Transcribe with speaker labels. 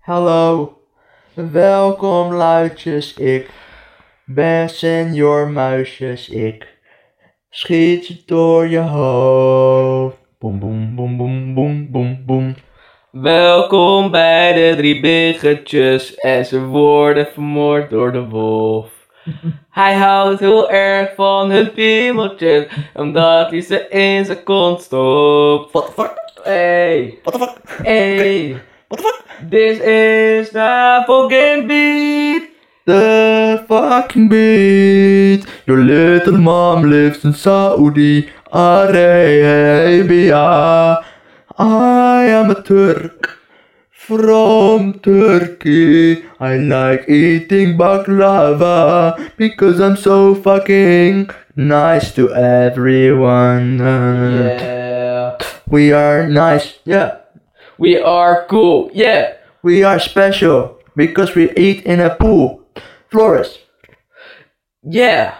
Speaker 1: Hallo, welkom luidjes ik, ben senior muisjes ik. Schiet door je hoofd, boem boem boem boem boem boem boem.
Speaker 2: Welkom bij de drie biggetjes en ze worden vermoord door de wolf. Hij houdt heel erg van hun piemeltjes, omdat hij ze in zijn kont stopt.
Speaker 1: What the fuck,
Speaker 2: Hey,
Speaker 1: what the fuck,
Speaker 2: hey,
Speaker 1: what the fuck?
Speaker 2: this is the fucking beat.
Speaker 1: The fucking beat, your little mom lives in Saudi Arabia. I am a Turk from Turkey. I like eating baklava because I'm so fucking nice to everyone. Hmm.
Speaker 2: Yeah,
Speaker 1: We are nice, yeah.
Speaker 2: we are cool, yeah.
Speaker 1: We are special because we eat in a pool. Flores.
Speaker 2: Yeah.